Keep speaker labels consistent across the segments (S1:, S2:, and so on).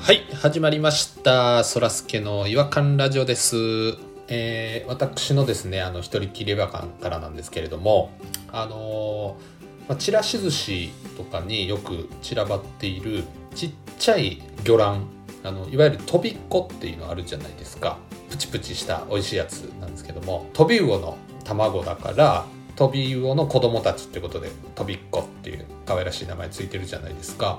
S1: はい始まりましたそらすけの違和感ラジオです、えー私のですねあの一人きり違和感からなんですけれどもあのーまあちらし寿司とかによく散らばっているちっちゃい魚卵あのいわゆるとびっこっていうのあるじゃないですかプチプチした美味しいやつなんですけどもトビウオの卵だからトビウオの子供たちってことでトビっこっていう可愛らしい名前ついてるじゃないですか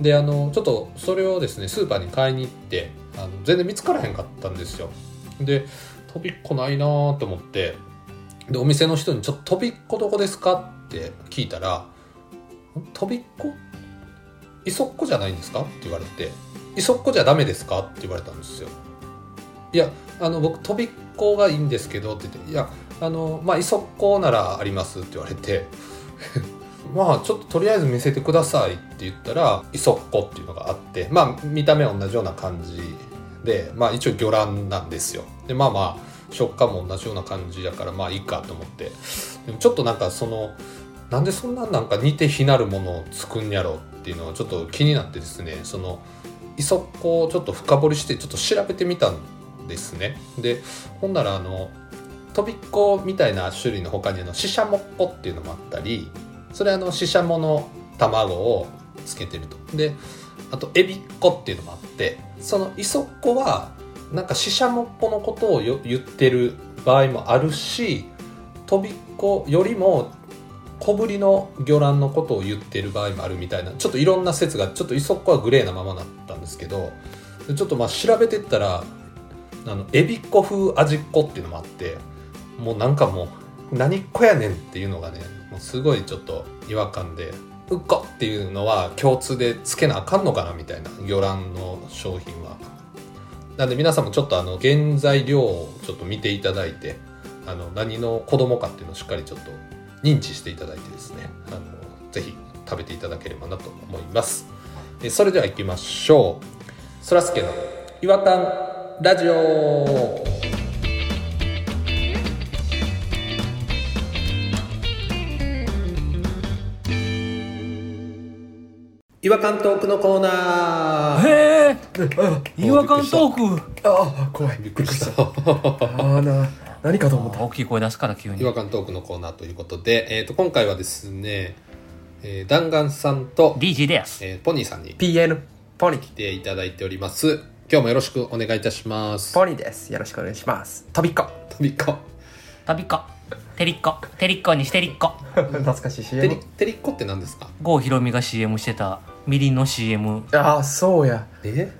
S1: であのちょっとそれをですねスーパーに買いに行ってあの全然見つからへんかったんですよでとびっこないなーと思ってでお店の人に「ちょっととびっこどこですか?」って聞いたらん「とびっこいそっこじゃないんですか?」って言われて「いそっこじゃダメですか?」って言われたんですよいやあの僕とびっこがいいんですけどって言って「いやあのまあいそっこならあります」って言われてまあちょっととりあえず見せてくださいって言ったらイソッコっていうのがあってまあ見た目同じような感じでまあ一応魚卵なんですよでまあまあ食感も同じような感じだからまあいいかと思ってでもちょっとなんかそのなんでそんななんか似て非なるものを作んやろっていうのはちょっと気になってですねそのイソッコをちょっと深掘りしてちょっと調べてみたんですねでほんならあのとびっこみたいな種類の他にあのシシャモッコっていうのもあったりそれあのシシャモの卵をつけてるとであとエビっ子っていうのもあってそのイソッコはなんかシシャモっ子のことをよ言ってる場合もあるしとびっこよりも小ぶりの魚卵のことを言ってる場合もあるみたいなちょっといろんな説がちょっとイソッコはグレーなままだったんですけどでちょっとまあ調べてったらあのエビっ子風味っ子っていうのもあってもうなんかもう何っ子やねんっていうのがねもうすごいちょっと違和感でうっこっていうのは共通でつけなあかんのかなみたいな魚卵の商品はなんで皆さんもちょっとあの原材料をちょっと見ていただいてあの何の子供かっていうのをしっかりちょっと認知していただいてですねあのぜひ食べていただければなと思いますえそれでは行きましょうそらすけの「違和感ラジオ」違和感トークのコーナー
S2: へえ
S1: ー
S2: 違和感トーク
S3: ああ怖い
S1: びっくりした
S3: ああな何かと思った
S2: 大きい声出すから急
S1: 違
S2: に
S1: 和感トークのコーナーということで、えー、と今回はですね、えー、弾丸さんと、
S2: DJ です
S1: えーポニーさんに来
S3: PN ポニー
S1: ていただいております今日もよろしくお願いいたします
S3: ポニーですよろしくお願いします飛びっこ
S1: 飛びこ
S2: たびっこてりっこてりっこにしてりっこ
S3: 懐かしい
S1: てり
S3: CM
S1: てりっこって何ですか
S2: 郷ひろみが CM してたみりんの CM
S3: ああそうや
S1: え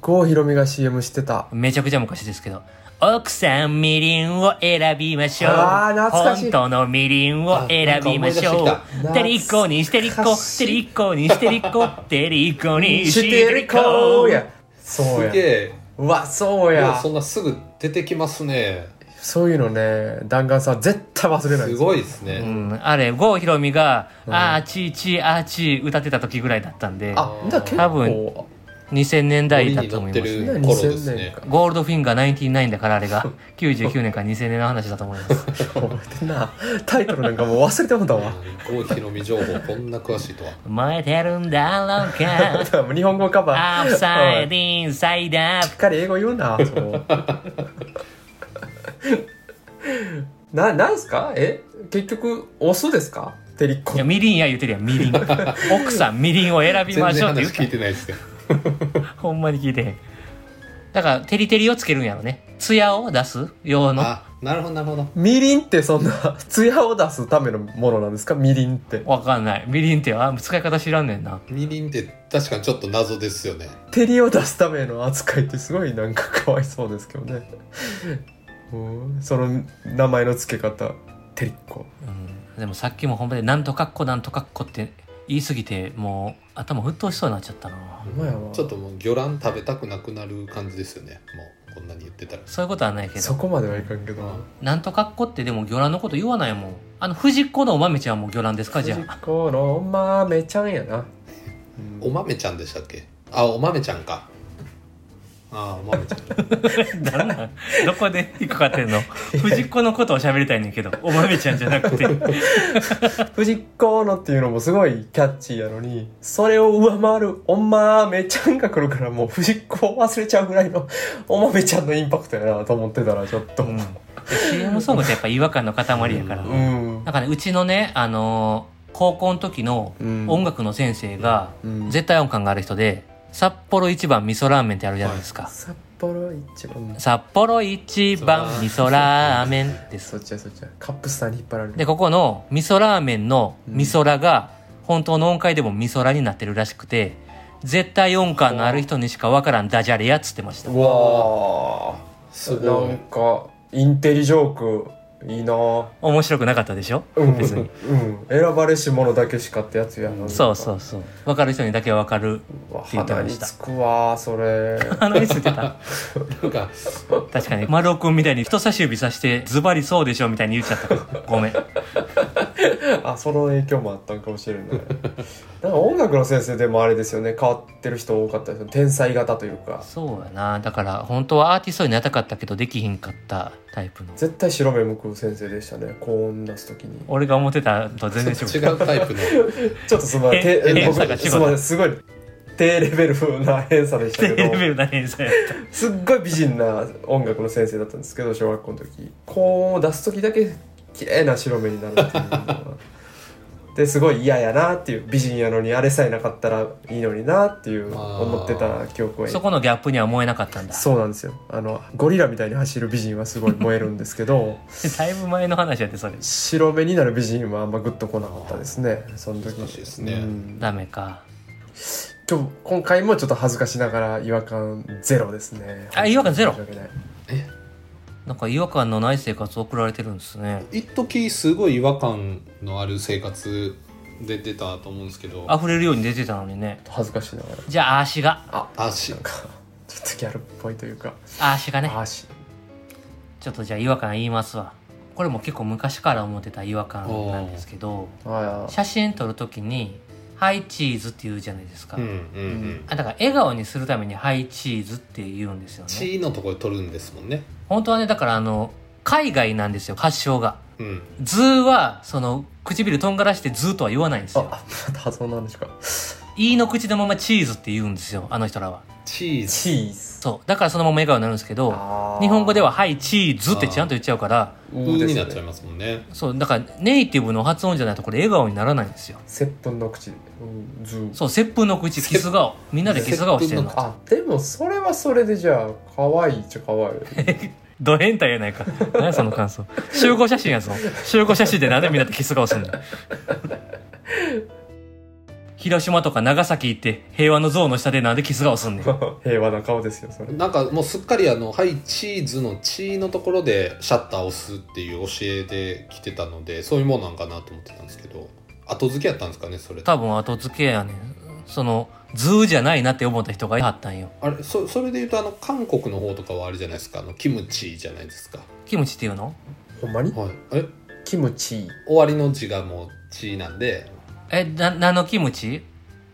S3: 郷ひろみが CM してた
S2: めちゃくちゃ昔ですけど奥さんみりんを選びましょう
S3: あー懐かしい
S2: 本当のみりんを選びまし
S1: あ
S2: ょ
S1: なんか
S3: 思
S2: う
S3: い
S2: て
S3: 出
S2: りっ
S3: してきた
S2: こにしてりっこ
S3: 懐かしてい
S2: りっこにしてりっこてりっこにしてりっ
S3: こ
S2: こ
S3: やそう
S1: す
S3: や
S1: げえ
S3: うわそう
S1: もう
S3: や
S1: そんなすぐ出てきますね
S3: そういうのね弾丸さん絶対忘れない
S1: す
S3: い
S1: ごいですね、
S2: うん、あれ郷ひろみが「あーちーちーあーちー」歌ってた時ぐらいだったんで
S3: あだから
S2: 多
S3: 結
S2: 分
S3: 構
S2: 2000年代
S1: 森
S2: だ
S1: に
S2: と
S1: 乗
S2: 思
S1: っ
S2: い
S1: て
S2: ますね
S1: る
S3: ね
S1: 頃です
S3: 2000年
S1: ね
S3: か
S2: ゴールドフィンガー99だからあれが99年か2000年の話だと思います
S3: 覚えてんなタイトルなんかもう忘れてもたわ
S1: うん郷ひろみ情報こんな詳しいとは
S2: 燃えてるんだろう か
S3: だからもう日本語カ
S2: ア
S3: バ
S2: ップサイ
S3: ー
S2: ド
S3: うん
S2: インサイドアッ
S3: しっかり英語言 うなそうななんすかえ結局オスですかてりっこ
S2: プいやみりんや言うてるやんみ りん奥さんみりんを選びま
S1: 全
S2: しょ
S1: 然
S2: うっ
S1: 話
S2: て言っ
S1: 聞
S2: た
S1: いてないですけど
S2: ほんまに聞いてへんだからてりてりをつけるんやろねツヤを出す用の
S1: あなるほどなるほど
S3: みりんってそんな 艶を出すためのものなんですかみりんって
S2: わかんないみりんってあ使い方知らんねんな
S1: みりんって確かにちょっと謎ですよね
S3: 照りを出すための扱いってすごいなんかかわいそうですけどねうんその名前の付け方てりっこ
S2: うんでもさっきもほんまで「なんとかっこなんとかっこ」って言いすぎてもう頭沸騰しそうになっちゃったな
S3: ほんまやわ
S1: ちょっともう魚卵食べたくなくなる感じですよねもうこんなに言ってたら
S2: そういうことはないけ
S3: そ
S2: ど
S3: こまではいかんけど
S2: なんとかっこってでも魚卵のこと言わないもんあの藤子のお豆ちゃんも魚卵ですかじゃ
S3: 藤子のお豆ちゃんやな、うん
S1: お豆ちゃんでしたっけあお豆ちゃんかああま めちゃん
S2: 誰なんどこで引っかかってんの藤子のことを喋りたいねんけどお豆ちゃんじゃなく て
S3: 藤子のっていうのもすごいキャッチーやのに、それを上回るおまめちゃんが来るからもう藤子を忘れちゃうぐらいの おまめちゃんのインパクトやなと思ってたらちょっと。
S2: うん、CM ソングってやっぱ違和感の塊やから、
S1: う
S3: うん。
S2: なんかねうちのねあのー高校の時の
S3: うん
S2: 音楽の先生が
S3: うん
S2: 絶対音感がある人で札幌一番味噌ラーメンってあるじゃないですか、
S3: 札幌一番。
S2: 札幌一番味噌ラーメンです
S3: そっちやそっちや。カップスターに引っ張られる。
S2: でここの味噌ラーメンの味噌ラが本当の音階でも味噌ラになってるらしくて絶対音感のある人にしかわからんダジャレやっつってました
S3: うわあ。
S1: す
S3: な
S1: ごい
S3: んかインテリジョークいいなぁ
S2: 面白くなかったでしょ
S3: うん、
S2: 別
S3: う
S2: に
S3: ん、選ばれし者だけしかってやつやな
S2: そうそううそう分かる人にだけは分かる
S3: うわ
S2: って言って
S3: 鼻
S2: ま
S3: に
S2: した
S3: つくわそれ
S2: 鼻についてた
S1: なんか
S2: 確かに丸尾君みたいに人差し指さしてズバリそうでしょみたいに言っちゃったからごめん
S3: あその影響もあったんかもしれないなんか音楽の先生でもあれですよね変わってる人多かったですよね天才型というか
S2: そうやなだから本当はアーティストになりたかったけどできひんかったタイプの
S3: 絶対白目向く先生でしたね高音出す時に
S2: 俺が思ってたと全然違
S1: 違
S2: う
S1: うタイプの
S3: ちょっとすみません
S2: へ
S3: て
S2: 偏
S3: 僕
S2: 差が違う
S3: すみませんすごい低レベルな偏差でした
S2: 低
S3: けど
S2: レベルな返済やった
S3: すっごい美人な音楽の先生だったんですけど小学校の時高音を出す時だけ綺麗な白目になるっていうのがですごい嫌やなっていう美人やのにあれさえなかったらいいのになっていう
S1: あー
S3: 思ってた記憶は
S2: そこのギャップには燃えなかったんだ
S3: そうなんですよあのゴリラみたいに走る美人はすごい燃えるんですけ ど
S2: だいぶ前の話やってそれ
S3: 白目になる美人はあんまグッとこなかったですねその時
S1: 難しいですね
S3: うん
S2: ダメか
S3: 今日今回もちょっと恥ずかしながら違和感ゼロですね
S2: あ違和感ゼロ
S3: 申し訳ない
S2: なんか違和感のない生活を送られてるんですね
S1: 一時すごい違和感のある生活で出たと思うんですけど
S2: 溢れるように出てたのにね
S3: 恥ずかしながら
S2: じゃあ足が
S3: あ
S1: 足
S3: なんかちょっとギャルっぽいというか、
S2: 足がね
S3: あーし
S2: ちょっとじゃあ違和感言いますわこれも結構昔から思ってた違和感なんですけど
S3: あー
S2: 写真撮るときに「ハイチーズ」って言うじゃないですか、
S1: うんうんうん
S2: あだから笑顔にするために「ハイチーズ」って言うんですよね
S1: 血のところで取るんですもんね
S2: 本当はねだからあの海外なんですよ発祥が
S1: うん
S2: 「ズー」はその唇とんがらして「ズー」とは言わないんですよ
S3: あまた発音なんですか
S2: 「い」の口のまま「チーズ」って言うんですよあの人らは
S1: チーズ
S3: チーズ
S2: そうだからそのまま笑顔になるんですけど 日本語では「はいチーズ」ってちゃんと言っちゃうから
S1: 風になっちゃいますもんね
S2: そうだからネイティブの発音じゃないとこれ笑顔にならないんですよ
S3: 接吻の口、うん、ズー
S2: そう接吻の口キス顔みんなでキス顔してるの
S3: あでもそれはそれでじゃあ可愛いっちゃ可愛い
S2: ド変態やないか。何やその感想。集合写真やぞ。集合写真でなんでみんなでキス顔すんの広島とか長崎行って平和の像の下でなんでキス顔すんねん。
S3: 平和な顔ですよそれ
S1: なんかもうすっかりあの「はいチーズ」の「血」のところでシャッターを押すっていう教えで来てたのでそういうもんなんかなと思ってたんですけど後付けやったんですかねそれ
S2: 多分後付けやねん。その、ズーじゃないなって思った人がいはったんよ。
S1: あれそそれで言うとあの韓国の方とかはあれじゃないですかあのキムチじゃないですか
S2: キムチっていうの
S3: ほんまに
S1: はいあれ
S3: キムチ
S1: 終わりの字がもう「血」なんで
S2: え、な、何のキムチ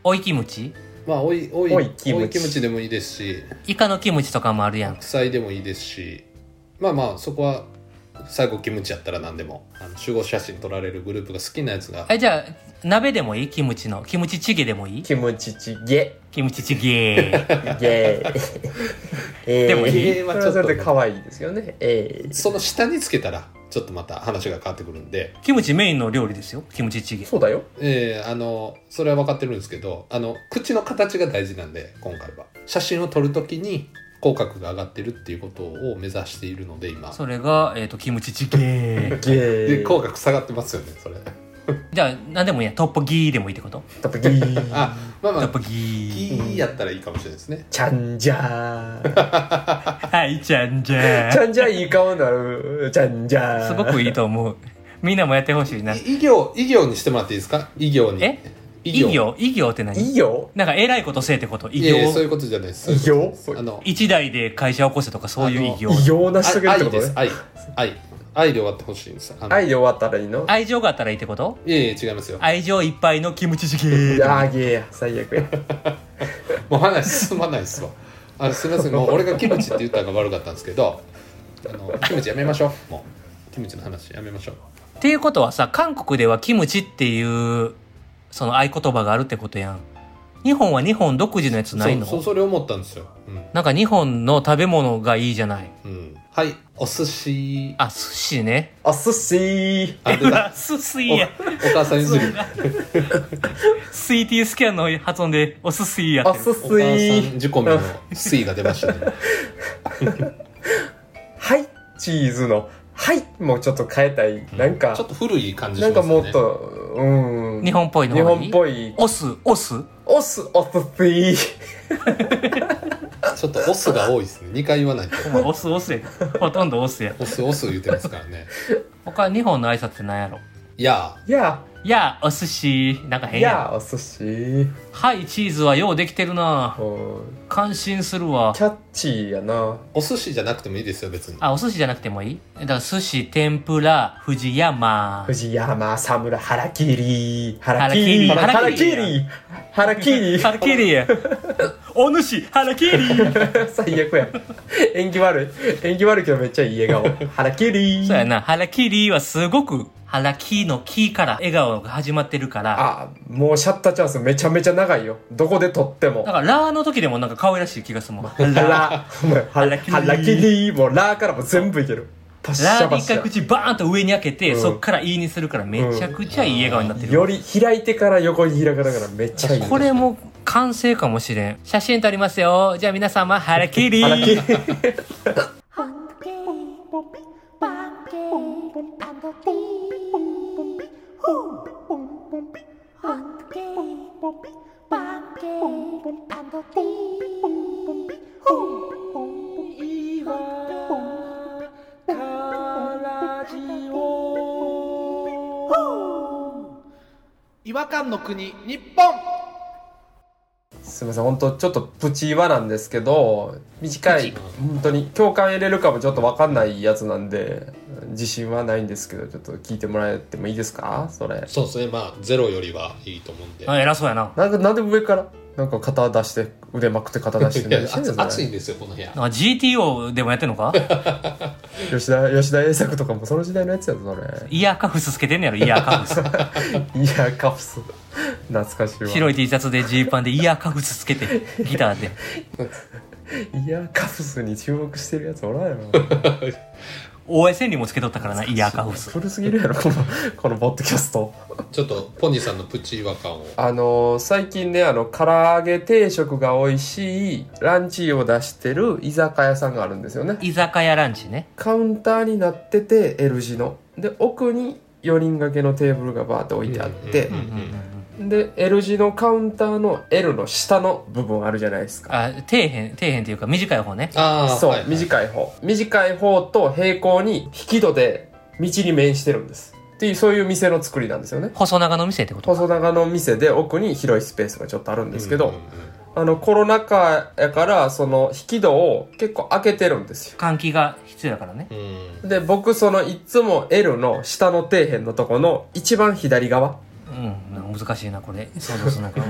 S2: おいキムチ
S1: まあおいおい
S3: おいキム
S1: お
S3: チ
S1: いキムチでもいいですし
S2: イカのキムチとかもあるやん
S1: 国。際でもいいですしまあまあそこは最後キムチやったら何でもあの集合写真撮られるグループが好きなやつが
S2: え、じゃあ、鍋でもいいキムチの。キムチチゲでもいい
S3: キムチチゲ
S2: キムチチゲー。
S3: ゲー
S2: でもいい
S1: ゲー
S3: そ
S1: は
S3: れ
S1: ちょ
S3: は
S1: っ
S3: そ
S1: と
S3: れで可愛いですよねえー
S1: その下につけたらちょっとまた話が変わってくるんで、
S2: キムチメインの料理ですよ。キムチチゲ。
S3: そうだよ
S1: えーあのそれは分かってるんですけどあの口の形が大事なんで今回は写真を撮るときに口角が上がってるっていうことを目指しているので今
S2: それが、えっ、と、キムチチゲ。
S3: ゲ
S1: で
S3: ー
S1: 口角下がってますよねそれ
S2: じゃあ、なんでもいいや。トッポギーでもいいってこと
S3: トップギー
S1: あまあ
S2: ト
S1: ま
S2: ッポ
S1: あ「
S2: ギー。
S1: ギー」やったらいいかもしれないですね
S3: ちゃんじゃー
S2: はい、ちゃんじゃ
S3: ち
S2: ー。
S3: ゃんじゃいい顔になる。ちゃんじゃ
S2: すごくいい
S3: い。
S2: と思う。みんなもやってほしいな。
S1: い異行異行にしてもらっていいですか異行に
S2: え異業異業って
S3: い
S2: 何
S3: いよ。
S2: なんか、偉いことせえってこと。異
S1: いやいやそうい
S2: 業。
S1: うことじゃないです。
S3: 異業
S1: そういうことじゃないです
S2: 一代で会社を起こせとか、そういう異業。
S3: 異様な
S1: あ
S3: 人
S1: の、
S3: が
S1: あ
S3: いる
S1: 愛
S3: っ
S1: で
S3: てこと
S1: す
S3: ね。。
S1: 愛。愛。愛で終わってほしいんです。あの
S3: 愛で終わったらいいの
S2: 愛情があったらいいってこと
S1: いやいや違いますよ。
S2: 愛情いっぱいのキムチチゲ
S3: いやーゲーや。最悪や。
S1: もう話進まないですわ。あすみませんもう俺がキムチって言ったのが悪かったんですけどあのキムチやめましょうもうキムチの話やめましょう
S2: っていうことはさ、韓国ではキムチっていう、その合言葉があるってことやん。日本は日本独自のやつないの
S1: そうそうそれ思ったんですよ、うん
S2: なんか日本の食べ物がいいじゃない。
S1: うん、はいお寿司
S2: あ、寿司ね。
S3: あ寿司
S1: あ出た
S2: 寿司
S1: おお
S2: や。
S1: 母さん譲り
S2: ス t スキャンの発音でお寿司や
S3: あ
S2: ってる。
S3: 寿
S1: お母さ
S3: 司
S1: ん仕込みの水が出ましたね
S3: はいチーズのはいもうちょっと変えたいなんか
S1: ちょっと古い感じし
S3: な
S1: ます
S3: ん
S1: ね
S3: かもっとうん
S2: 日本っぽいの
S3: 日
S2: 方が
S3: 本
S2: いい
S3: っぽい
S2: おす、おす。
S3: おすお寿司
S1: ちょっとオスが多いですね2回言わないと
S2: お前おすおすや。ほとんどおすや。
S1: オスオス言ってますからね
S2: 他日本の挨拶って何やろ
S1: いや
S3: い や
S2: やあ、お寿司。なんか変
S3: い
S2: や
S3: やお寿司
S2: ん。はい、チーズはようできてるな。
S3: うん
S2: 感心するわ
S3: キ。ャッチーやな
S1: お寿司じゃなくてもいいですよ別に
S2: あ、お寿司じゃなくてもいいだから寿司、天ぷら、藤山。
S3: 藤山沢村腹切り腹
S2: 腹切り
S3: 切り腹
S2: 切り
S3: 切り腹切り
S2: ハラキリや。 お主、ハラキリ。
S3: 最悪や演技悪い演技悪いけどめっちゃいい笑顔腹切り
S2: そうやな、ハラキリはすごく、ハラキのキから笑顔が始まってるから、
S3: あもうシャッターチャンスめちゃめちゃ長いよどこで撮っても
S2: だからラーの時でもなんか可愛らしい気がするもん。ラー。
S3: ラ もう腹
S2: 腹切り
S3: 腹切りもうラからも全部いけるパッシ
S2: ラ
S3: ャ
S2: ーで
S3: パ
S2: 一
S3: シ
S2: 回
S3: ャ
S2: 口バーンと上に開けて、
S3: うん
S2: そっからいいにするからめちゃくちゃいい笑顔になってる。
S3: より開いてから横に開かながらめっちゃいい
S2: これも完成かもしれん。写真撮りますよ。じゃあ皆様、ハラキリ。
S3: 腹切り
S4: Hungry.
S5: 違和感の国日本
S3: すみません本当ちょっとプチはなんですけど短い本当に共感得れるかもちょっと分かんないやつなんで自信はないんですけどちょっと聞いてもらえてもいいですかそれ
S1: そうですねまあゼロよりはいいと思うんで
S2: あ偉そうやな。
S3: なんかなんで上からなんか肩出して腕まくって肩出 して
S1: いや
S3: 何してんの
S1: 暑
S3: それ
S1: 暑いんですよこの部屋
S2: なんか GTO でもやってんのか
S3: 吉田吉田栄作とかもその時代のやつやぞそ
S2: イヤーカフスつけてんねやろ、イヤーカフス。
S3: れいやカフス懐かしいわ
S2: 白い T シャツでジーパンでイヤーカフスつけて、ギターで。
S3: いやカフスに注目してるやつおらんやろ
S2: 大江千里もつけとったからな、イヤーカフス。
S3: 古すぎるやろこのこのポッドキャスト
S1: ちょっとポニーさんのプチ違和感を
S3: あのー最近ねあの唐揚げ定食が美味しいランチを出してる居酒屋さんがあるんですよね
S2: 居酒屋ランチね。
S3: カウンターになってて L 字ので奥に4人掛けのテーブルがバーって置いてあって
S1: うんうんうん
S3: で L 字のカウンターの L の下の部分あるじゃないですか
S2: あ、底辺、底辺っていうか短い方ね。
S1: ああ
S3: そう、
S1: はいはい
S3: 短い方短い方と平行に引き戸で道に面してるんですっていうそういう店の作りなんですよね
S2: 細長の店ってこと
S3: 細長の店で奥に広いスペースがちょっとあるんですけど、
S1: うんうんうん
S3: あのコロナ禍やからその引き戸を結構開けてるんですよ
S2: 換気が必要だからね。
S1: うん
S3: で僕そのいつも L の下の底辺のとこの一番左側
S2: うん、なんか難しいな、これ。想像するなんか。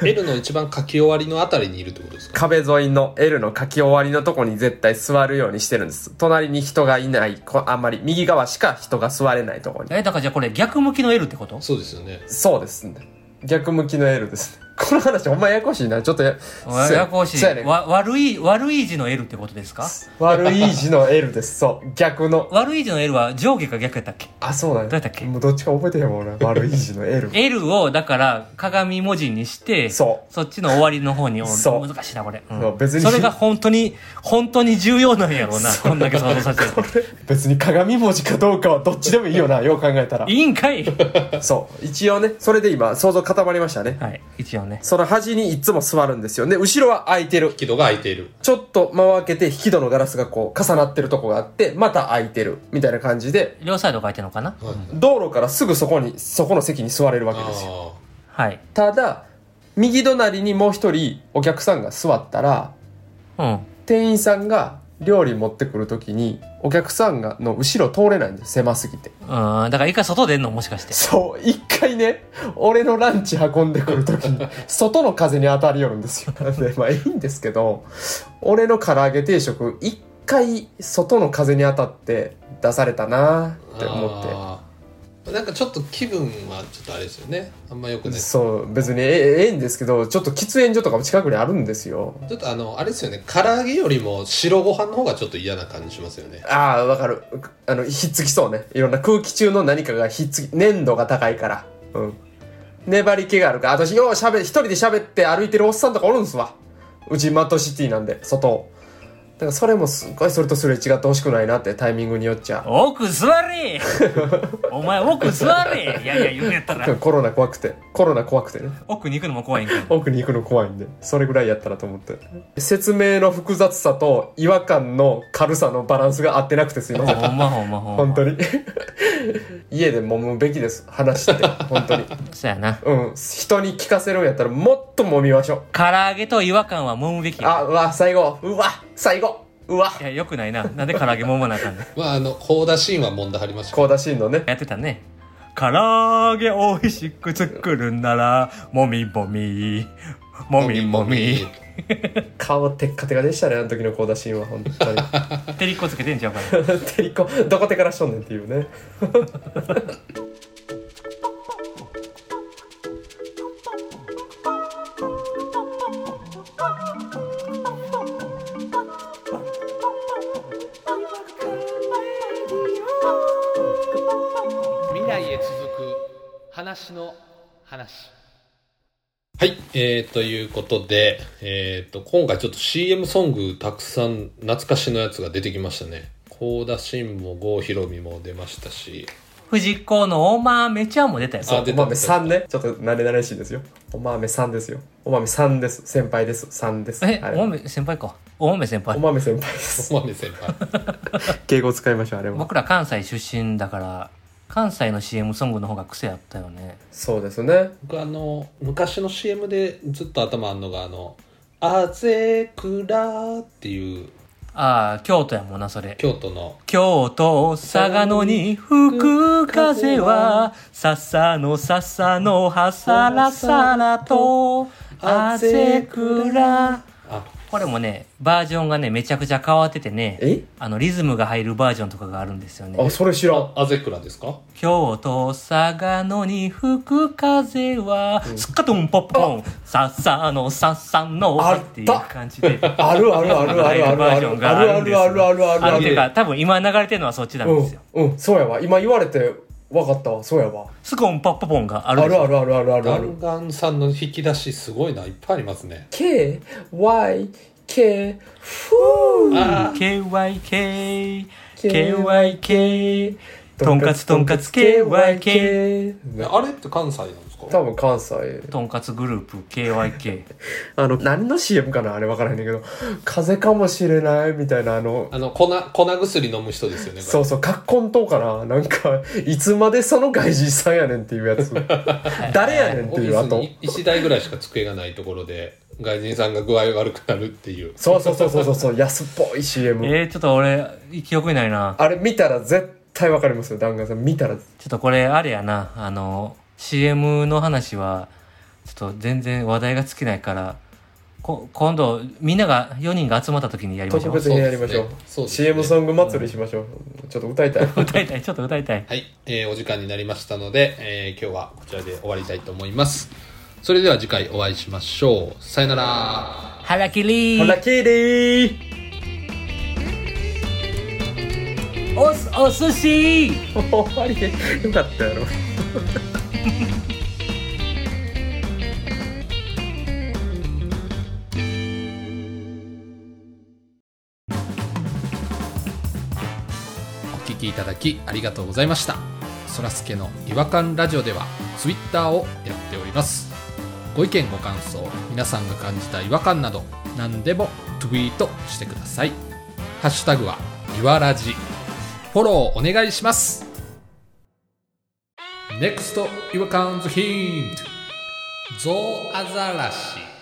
S2: うん、
S1: L の一番書き終わりのあたりにいるってことですか
S3: 壁沿いの L の書き終わりのとこに絶対座るようにしてるんです隣に人がいないこあんまり右側しか人が座れないとこに
S2: え、だからじゃあこれ逆向きの L ってこと
S1: そうですよね
S3: そうですね。逆向きの L ですね。この話ほんまややこしいな。ちょっとや、
S2: わ
S3: そう
S2: ややこしい、
S3: そうやね
S2: わ悪い、悪い字の L ってことですか
S3: 悪い字の L です。そう。逆の。
S2: 悪い字の L は上下か逆やったっけ
S3: あ、そうなんや
S2: どうやったっけ
S3: もうどっちか覚えてへんもん俺。悪い字の L。
S2: ?L を、だから、鏡文字にして、
S3: そう
S2: っちの終わりの方に、お
S3: そう
S2: 難しいな、これ。うん
S3: そう別に
S2: それが本当に、本当に重要なんやろうな、こんだけ想像させてると。
S3: 別に鏡文字かどうかはどっちでもいいよな。よう考えたら
S2: い。いん かい
S3: そう。一応ね、それで今、想像固まりましたね。
S2: はい、一応ね。
S3: その端にいつも座るんですよ。で、後ろは空いてる。
S1: 引き戸が開いている
S3: ちょっと間を開けて、引き戸のガラスがこう、重なってるとこがあって、また開いてる。みたいな感じで、
S2: 両サイド書いてるのかな
S1: はい
S3: 道路からすぐそこに、そこの席に座れるわけですよ。
S1: あ
S2: はい。
S3: ただ右隣にもう一人お客さんが座ったら
S2: うん。
S3: 店員さんが料理持ってくる時にお客さんがの後ろ通れないんです狭すぎて
S2: うん、だから一回外出んのもしかして。
S3: そう一回ね俺のランチ運んでくる時 に外の風に当たりよるんですよなんでまあいいんですけど俺の唐揚げ定食一回外の風に当たって出されたなーって思って
S1: あーなんかちょっと気分はちょっとあれですよねあんまよくないち
S3: そう別にえええんですけどちょっと喫煙所とかも近くにあるんですよ
S1: ょっとあのあれですよね唐揚げよりも白ご飯の方がちょっと嫌な感じしますよね
S3: ああわかるあのひっつきそうねいろんな空気中の何かがひっつき粘度が高いからうん粘り気があるから私ようしゃべ一人で喋って歩いてるおっさんとかおるんすわうちマットシティなんで外をだからそれもすごいそれとすれ違ってほしくないなってタイミングによっちゃ
S2: 奥座 れお前奥座れいやいや、言うやったら。
S3: コロナ怖くてコロナ怖くてね
S2: 奥に行くのも怖いんかい。
S3: 奥に行くの怖いんでそれぐらいやったらと思って説明の複雑さと違和感の軽さのバランスが合ってなくてすいません
S2: ほんまほんまほんま。
S3: 本当 に家で揉むべきです話 って本当に
S2: そうやな。
S3: うん人に聞かせるんやったらもっと揉みましょ
S2: 唐揚げと違和感は揉むべき
S3: う
S2: や。
S3: あうわ最後うわ最後うわ
S2: いや、よくないな。なんで唐揚げ揉まなあかんねん
S1: まああのコーダシーンは問題ありましたけど
S3: 高田真のね
S2: やってたね。唐揚げ美味しく作るんなら、もみもみ。もみもみ。
S3: 顔テッカテカでしたねあの時の高田真は本当 に
S2: てりっこつけてんちゃうかな。
S3: てりこどこ手からしとんねんっていうね
S5: 未来へ続く話の話
S1: はい、えー、ということで、えー、と今回ちょっと CM ソングたくさん懐かしのやつが出てきましたね高田真も郷ひろみも出ましたし
S2: 藤子のお豆ちゃんも出たよ。
S1: あ
S3: お
S1: 出た
S3: 豆さんねちょっと慣れ慣れしいですよお豆さんですよお豆さんです先輩ですさんです
S2: え
S3: あ、れ
S2: お豆先輩か。お豆先
S3: お
S2: 輩。
S3: 豆先輩です
S1: お豆先輩
S3: 敬語使いましょうあれも
S2: 僕ら関西出身だから、関西の CM ソングの方が癖あったよね。
S3: そうですね
S1: 僕あの昔の CM でずっと頭あんのがあの「あぜくら」っていう
S2: ああ、京都やもんな、それ。
S1: 京都の
S2: 京都佐賀野に吹く風は笹の笹の葉さらさらと汗くら
S1: あ
S2: これもねバージョンがねめちゃくちゃ変わっててね
S3: え
S2: あのリズムが入るバージョンとかがあるんですよね
S3: あそれ知らん
S1: あぜくらですか
S2: 京都佐賀野に吹く風はスカトンポッポン笹の笹の
S3: あ
S2: 葉
S3: っ
S2: ったていう感じで
S3: あるあるあるあるある
S2: バ
S3: あ
S2: ージ
S3: る
S2: ョ
S3: あ
S2: ン
S3: る
S2: がある
S3: あ
S2: んです
S3: る
S2: よ
S3: あるあるある
S2: あっていうか多分今流れてるのはそっちなんですよ
S3: うん、うん、そうやわ今言われて分かったわそうやわ
S2: スコンパッポポンがあ
S3: あ
S2: るでし
S3: る
S2: ょ
S3: あるあるあるあるあ
S1: ガ
S3: る
S1: ンガンさんの引き出しすごいないっぱいありますね
S3: KYK ふう
S1: あ
S2: KYK KYK とんかつとんかつ KYK
S3: KYK
S1: あれって関西なんですか
S3: 多分関西
S2: とんかつグループ KYK
S3: あの何の CM かなあれ分からへんねんけど風邪かもしれないみたいなあの
S1: あの粉粉薬飲む人ですよねこれ
S3: そうそう葛根糖かななんかいつまでその外人さんやねんっていうやつ誰やねんっ
S1: オ
S3: て
S1: フ
S3: いうあと
S1: ィスに1台ぐらいしか机がないところで外人さんが具合悪くなるっていう
S3: そうそうそうそうそうそう安っぽい CM
S2: えー、ちょっと俺記憶にないな
S3: あれ見たら絶対わかりますよ、弾丸さん。見たら。
S2: ちょっとこれあれやなあの CM の話はちょっと全然話題が尽きないからこ今度みんなが4人が集まった時にやりましょう
S3: 特別編やりましょう。
S1: そうですね
S3: CM ソング祭りしましょう。ちょっと歌いた い。
S2: 歌いたいちょっと歌いたい
S1: はい、えーお時間になりましたので、えー今日はこちらで終わりたいと思いますそれでは次回お会いしましょうさよなら
S2: 腹切り
S3: ラキリー
S2: おすお寿司
S3: 終わりで。よかったやろ。
S1: お聞きいただきありがとうございましたそらすけの違和感ラジオではツイッターをやっておりますご意見ご感想皆さんが感じた違和感など何でもツイートしてくださいハッシュタグはいわらじフォローお願いします NEXT 違和感ズヒントゾウアザラシ